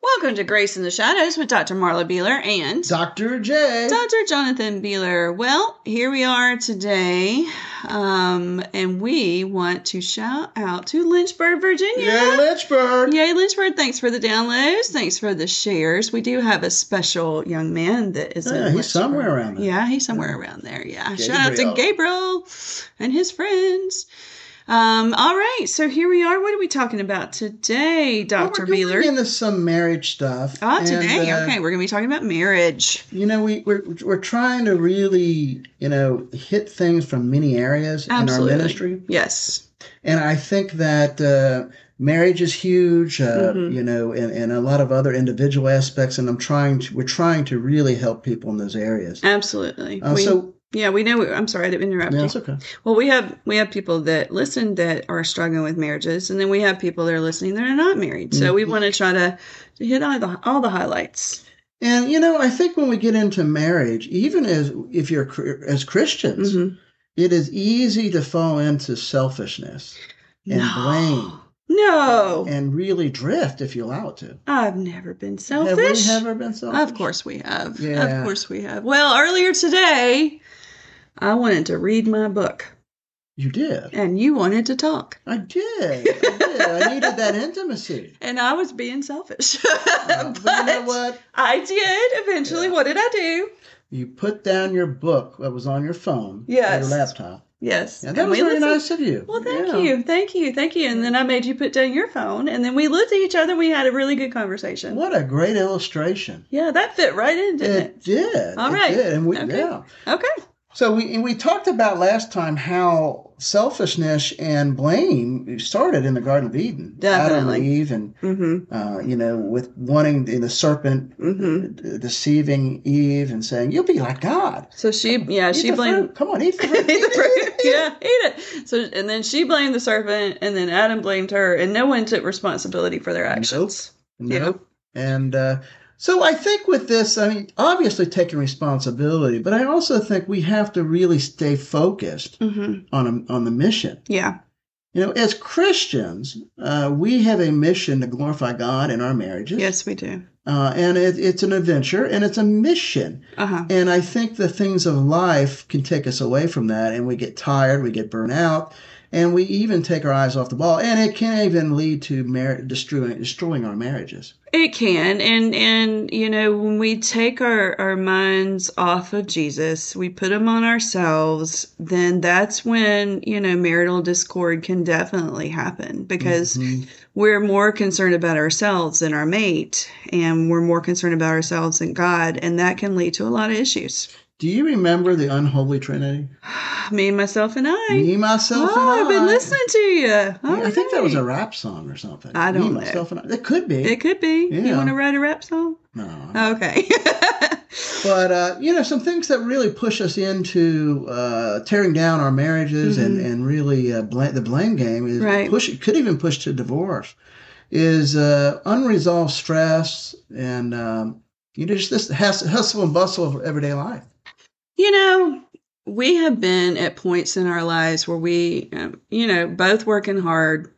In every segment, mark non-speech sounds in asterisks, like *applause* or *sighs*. Welcome to Grace in the Shadows with Dr. Marla Beeler and Dr. J. Dr. Jonathan Beeler. Well, here we are today, um, and we want to shout out to Lynchburg, Virginia. Yay, Lynchburg. Yay, Lynchburg. Thanks for the downloads. Thanks for the shares. We do have a special young man that is in Yeah, he's Lynchburg. somewhere around there. Yeah, he's somewhere around there. Yeah. Shout out to Gabriel. Gabriel and his friends. Um, all right, so here we are. What are we talking about today, Well, Dr. we're going Beeler? into some marriage stuff. Ah, and, today. uh, okay, we're going to be talking about marriage. You know, we, we're, we're trying to really, you know, hit things from many areas Absolutely. in our ministry. Yes. And I think that uh, marriage is huge, uh, Mhm. you know, and, and a lot of other individual aspects. And I'm trying to, we're trying to really help people in those areas. Absolutely. Uh, we, so, yeah, we know. I'm sorry to interrupt yeah, you. it's okay. Well, we have we have people that listen that are struggling with marriages, and then we have people that are listening that are not married. So we Mhm. want to try to to hit all the all the highlights. And, you know, I think when we get into marriage, even as if you're cr- as Christians, Mhm. it is easy to fall into selfishness. And no. Oh. No, and really drift if you allow it to. I've never been Have we selfish. ever been selfish? Of course we have. Of Yeah. course we have. Well, earlier today, I wanted to read my book, You did. and you wanted to talk, I did. *laughs* I did. I needed that intimacy. and I was being selfish. *laughs* Uh, but, you know what? I did eventually. Yeah. What did I do? You put down your book that was on your phone, Yes. or your laptop, Yes. and that was very listened- nice of you. Well, thank Yeah. you, thank you, thank you. And then I made you put down your phone, and then we looked at each other. and We had a really good conversation. What a great illustration. Yeah, that fit right in, didn't it? It did. All It right. did. And we, Okay. yeah. Okay. So we and we talked about last time how selfishness and blame started in the Garden of Eden. Adam and Definitely. Eve, and Mm-hmm. uh, you know, with wanting the, the serpent Mm-hmm. d- deceiving Eve and saying, "You'll be like God." So she, yeah, Eat she the blamed. fruit. Come on, eat *laughs* the fruit. Eat the *laughs* fruit. Yeah, eat it. So, and then she blamed the serpent, and then Adam blamed her, and no one took responsibility for their actions. Nope. And uh, so I think with this, I mean, obviously taking responsibility, but I also think we have to really stay focused Mm-hmm. on a, on the mission. Yeah. You know, as Christians, uh, we have a mission to glorify God in our marriages. Yes, we do. Uh, and it, it's an adventure and it's a mission. Uh huh. And I think the things of life can take us away from that, and we get tired, we get burnt out, and we even take our eyes off the ball. And it can even lead to mar- destroying, destroying our marriages. It can, and and you know when we take our our minds off of Jesus, we put them on ourselves. Then that's when you know marital discord can definitely happen because Mhm. we're more concerned about ourselves than our mate, and we're more concerned about ourselves than God, and that can lead to a lot of issues. *sighs* Do you remember the unholy trinity? Me, myself, and I. Me, myself, and oh, I. I've been listening to you. Yeah, I think that was a Alright. rap song or something. I don't Me, know. myself, and I. It could be. It Oh, could be. You Yeah. Mm. want to write a rap song? no. I'm not. Okay. *laughs* But uh, you know, some things that really push us into uh, tearing down our marriages and and really uh, bl- the blame game is Mm-hmm. Right. push. It could even push to divorce. Is uh, unresolved stress and um, you know just this has, hustle and bustle of everyday life. You know, we have been at points in our lives where we, um, you know, both working hard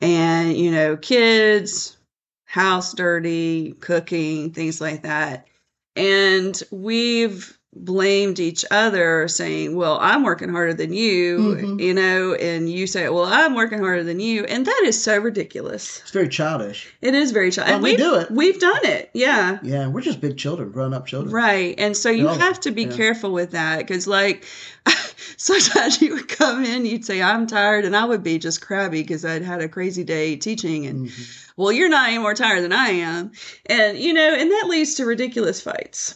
and, you know, kids, house dirty, cooking, things like that. And we've blamed each other saying, well, I'm working harder than you, Mhm. you know, and you say, well, I'm working harder than you. And that is so ridiculous. It's very childish. It is very child. But we do it. We've done it. Yeah. Yeah, we're just big children, grown up children. Right. And so you all of have it, to be yeah. careful with that because, like, *laughs* sometimes you would come in, you'd say, I'm tired, and I would be just crabby because I'd had a crazy day teaching. And, Mhm. well, you're not any more tired than I am. And, you know, and that leads to ridiculous fights.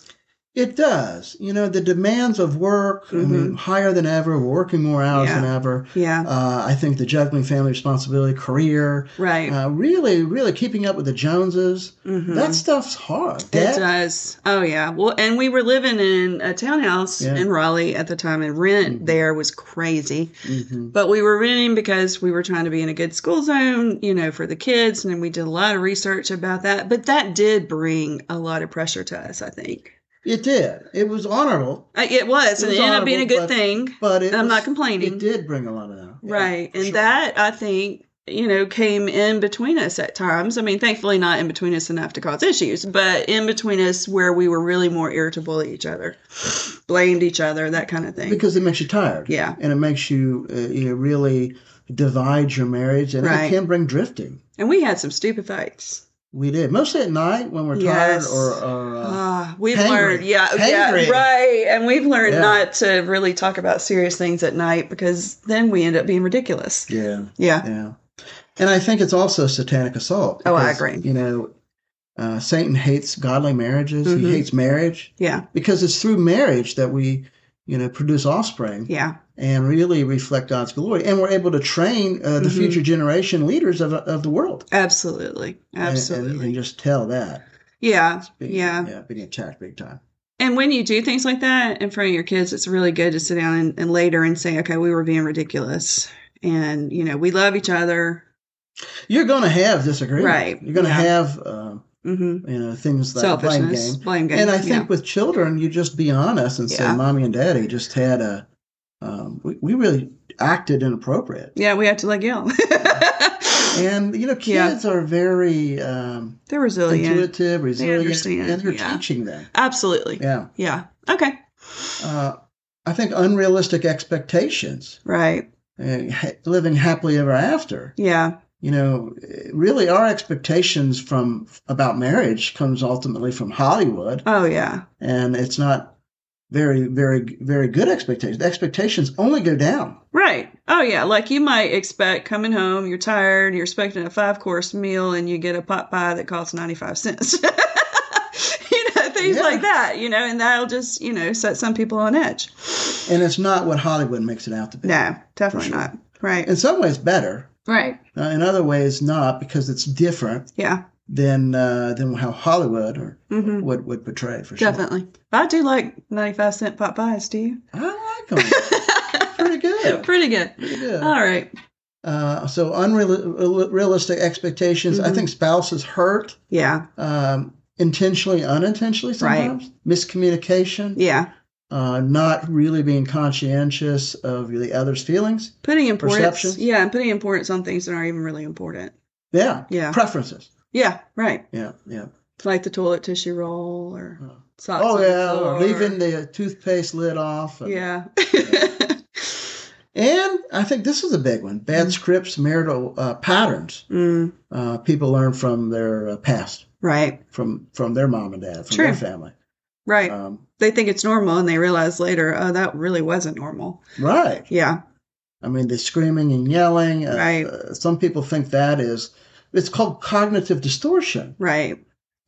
It does. You know, the demands of work, I mean, higher than ever, we're working more hours Mm-hmm. Yeah. than ever. Yeah. Uh, I think the juggling family responsibility, career, Right. uh, really, really keeping up with the Joneses. Mhm. That stuff's hard. It That- does. Oh yeah. Well, and we were living in a townhouse Yeah. in Raleigh at the time, and rent Mhm. there was crazy. Mhm. But we were renting because we were trying to be in a good school zone, you know, for the kids. And we did a lot of research about that. But that did bring a lot of pressure to us, I think. It did. It was honorable, I- It was, and It was it ended up being a honorable, good but- thing. but it And I'm was- not complaining. It did bring a lot of that. Yeah, right. for And sure. that, I think, you know, came in between us at times. I mean, thankfully not in between us enough to cause issues, but in between us where we were really more irritable at each other, *sighs* blamed each other, that kind of thing. because it makes you tired. yeah, and it makes you uh, you know, really divide your marriage, and Right. it can bring drifting. and we had some stupid fights. We did mostly at night when we're tired Yes. or, or uh, Ah, we've hangry. learned, yeah, Hangry. yeah, right, and we've learned Yeah. not to really talk about serious things at night because then we end up being ridiculous. yeah, Yeah, yeah. And I think it's also satanic assault. Oh, I agree. You know, uh, Satan hates godly marriages. Mhm. He hates marriage yeah, because it's through marriage that we you know produce offspring yeah, and really reflect God's glory, and we're able to train uh, the Mhm. future generation leaders of of the world. absolutely, And- and absolutely, you can just tell that. yeah. It's being, Yeah. yeah, being attacked big time. And when you do things like that in front of your kids, it's really good to sit down and, and later and say, okay, we were being ridiculous. And, you know, we love each other. you're going to have disagreement. Right. You're going to Yeah. have uh, hmm you know things like blame Selfishness, game. blame game. And I think yeah. with children, you just be honest and say, Yeah. "Mommy and Daddy just had a um, we, we really acted inappropriate." Yeah, we have to like *laughs* yell. And you know, Yeah. kids are very um, They're resilient. intuitive, resilient, understand, and you're yeah. teaching them. Absolutely. Yeah. Yeah. Okay. Uh, I think unrealistic expectations, Right. uh, ha- living happily ever after. Yeah. you know really our expectations from about marriage comes ultimately from hollywood Oh, yeah. and it's not very very very good expectations the expectations only go down Right. Oh, yeah. Like you might expect coming home, you're tired, you're expecting a five course meal, and you get a pot pie that costs 95 cents. *laughs* you know, things Yeah. like that, you know, and that'll just, you know, set some people on edge. and it's not what hollywood makes it out to be No, definitely sure. not. Right. in some ways better right. uh, in other ways not because it's different Yeah. than uh, than how hollywood or hmm would would portray for sure Definitely. But I do like 95 cent pot pies, do you? i like them pretty good *laughs* Pretty good. pretty good All right. uh, so unrealistic expectations i Mhm. think spouses hurt Yeah. um, intentionally, unintentionally Right. sometimes, miscommunication, Yeah. uh, not really being conscientious of the other's feelings. Putting importance. Perceptions. Yeah. And putting importance on things that aren't even really important. Yeah. Yeah. Preferences. Yeah. Right. Yeah. Yeah. Like the toilet tissue roll or Oh. socks. Oh, on the yeah. floor. Or leaving the toothpaste lid off. And, Yeah. And I think this is a big one bad Mhm. scripts, marital uh, patterns *laughs* mm, uh, people learn from their uh, past, right. from, from their mom and dad, from True. their family. Right. Um, they think it's normal and they realize later, oh, that really wasn't normal. right. Yeah. I mean, the screaming and yelling. uh, Right. uh, some people think that is, it's called cognitive distortion. Right.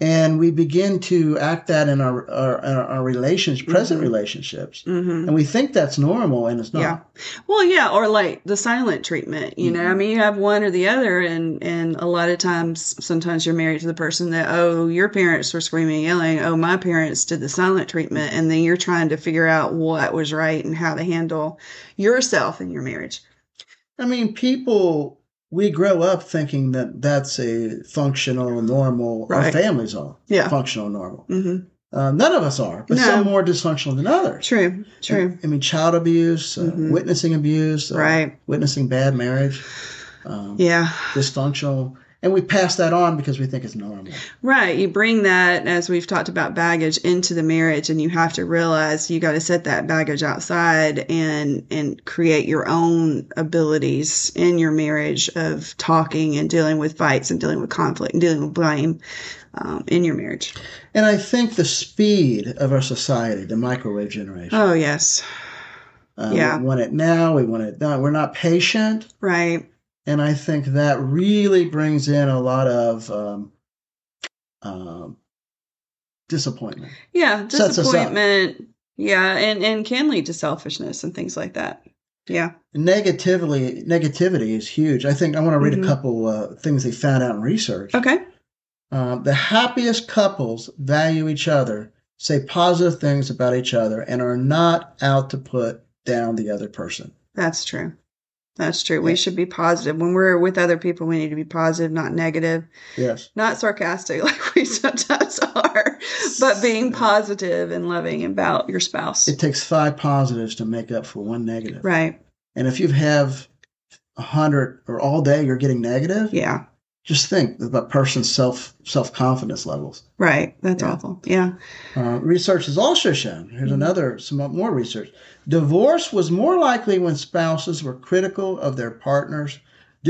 And we begin to act that in our, our, in our, our relations, present Mhm. relationships. hmm And we think that's normal and it's not. Yeah. Well, yeah, or like the silent treatment. You know, I Mhm. mean, you have one or the other, and and a lot of times, sometimes you're married to the person that, oh, your parents were screaming, and yelling. Oh, my parents did the silent treatment, and then you're trying to figure out what was right and how to handle yourself in your marriage. I mean, people, we grow up thinking that that's a functional, normal, our Right. families are Yeah. functional, normal. Mm-hmm. Uh, none of us are, but No. some more dysfunctional than others. True. True. I mean, child abuse, uh, Mhm. witnessing abuse, uh, Right. witnessing bad marriage. Um, Yeah. dysfunctional and we pass that on because we think it's normal Right. You bring that, as we've talked about baggage, into the marriage, and you have to realize you got to set that baggage outside and and create your own abilities in your marriage of talking and dealing with fights and dealing with conflict and dealing with blame um, in your marriage. and i think the speed of our society the microwave generation Oh yes, uh, yeah. we want it now we want it done we're not patient right. and i think that really brings in a lot of um, um, disappointment Yeah, Sets us up. disappointment. Yeah, and and can lead to selfishness and things like that. Yeah. negatively negativity is huge i think i want to read Mhm. a couple uh, things they found out in research Okay. Um, the happiest couples value each other, say positive things about each other, and are not out to put down the other person. That's true. That's true. We Yeah. should be positive. When we're with other people, we need to be positive, not negative, Yes. not sarcastic *laughs* like we sometimes are, but being positive and loving about your spouse. It takes five positives to make up for one negative. Right. And if you have 100 or all day you're getting negative, Yeah. just think of a person's self self confidence levels. Right. That's Yeah. awful. Yeah. Uh, research has also shown here's Mhm. another some more research. Divorce was more likely when spouses were critical of their partners,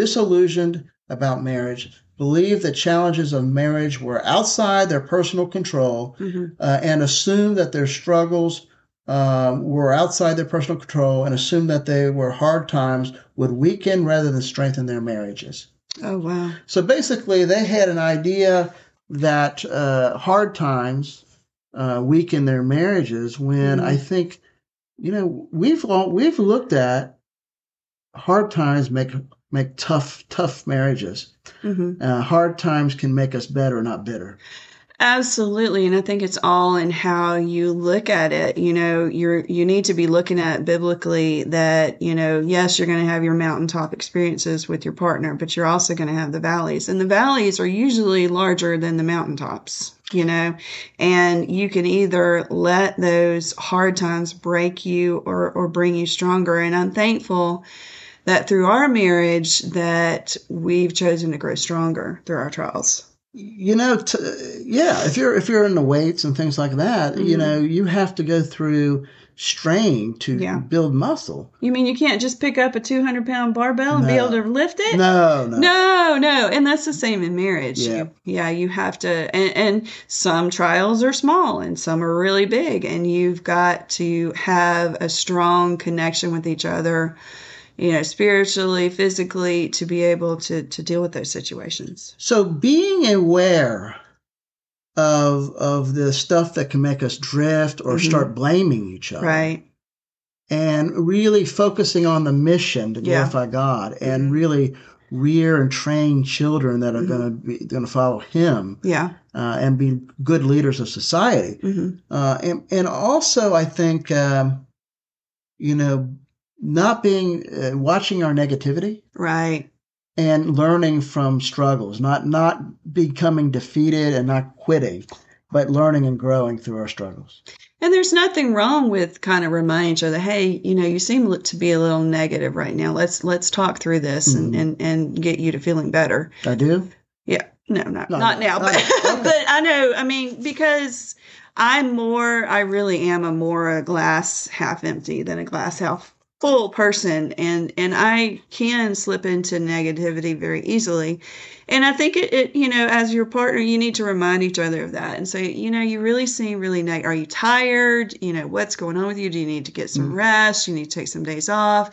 disillusioned about marriage, believed the challenges of marriage were outside their personal control, hmm uh, and assumed that their struggles um, were outside their personal control, and assumed that they were hard times would weaken rather than strengthen their marriages. Oh, wow. So basically, they had an idea that uh, hard times uh, weaken their marriages. When Mhm. I think, you know, we've all, we've looked at hard times make make tough tough marriages. hmm Uh, hard times can make us better, not bitter. Absolutely. And I think it's all in how you look at it. You know, you're, you need to be looking at biblically that, you know, yes, you're going to have your mountaintop experiences with your partner, but you're also going to have the valleys. And the valleys are usually larger than the mountaintops, you know, and you can either let those hard times break you or, or bring you stronger. And I'm thankful that through our marriage that we've chosen to grow stronger through our trials. You know, t- yeah. If you're if you're in the weights and things like that, you Mhm. know, you have to go through strain to Yeah. build muscle. You mean you can't just pick up a 200 pound barbell and be No. able to lift it? No, no, No, no. And that's the same in marriage. Yeah. You- yeah, you have to, and, and some trials are small and some are really big. And you've got to have a strong connection with each other, you know, spiritually, physically, to be able to, to deal with those situations. So being aware of of the stuff that can make us drift or Mhm. start blaming each other, Right. And really focusing on the mission to Yeah. glorify God, Mhm. and really rear and train children that are Mhm. going to be going to follow Him Yeah. uh, and be good leaders of society. hmm Uh, and and also, I think um, you know, not being uh, watching our negativity Right. and learning from struggles, not not becoming defeated and not quitting, but learning and growing through our struggles. And there's nothing wrong with kind of reminding each other, hey, you know, you seem li- to be a little negative right now. Let's let's talk through this Mhm. and, and and get you to feeling better. I do. No, not No, not no, now, no, but no, *laughs* okay. but I know. I mean, because I'm more, I really am a more a glass half empty than a glass half full person, and and I can slip into negativity very easily. And I think it, it, you know, as your partner, you need to remind each other of that and say, you know, you really seem really neg. Are you tired? You know, what's going on with you? Do you need to get some Mm. rest? You need to take some days off?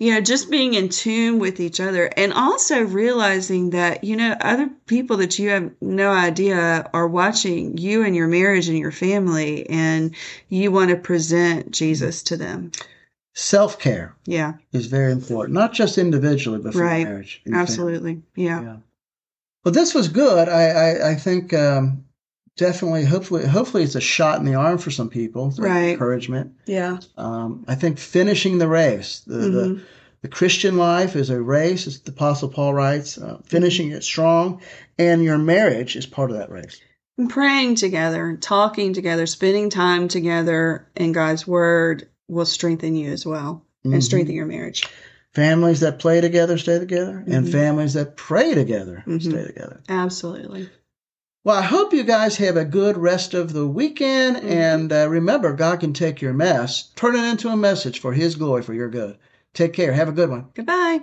You know, just being in tune with each other and also realizing that, you know, other people that you have no idea are watching you and your marriage and your family, and you want to present Jesus to them. Self care Yeah, is very important, not just individually, but for Right. marriage. and family. absolutely. Yeah. Yeah. Well, this was good. I I, I think um, definitely, hopefully, hopefully, it's a shot in the arm for some people. some Right. Encouragement. Yeah. Um, I think finishing the race, the, the Mhm. The Christian life is a race, as the Apostle Paul writes, uh, finishing it strong, and your marriage is part of that race. And praying together, talking together, spending time together in God's Word will strengthen you as well and Mhm. strengthen your marriage. Families that play together stay together, and Mhm. families that pray together Mhm. stay together. Absolutely. Well, I hope you guys have a good rest of the weekend, Mhm. and uh, remember, God can take your mess, turn it into a message for His glory, for your good. Take care. Have a good one. Goodbye.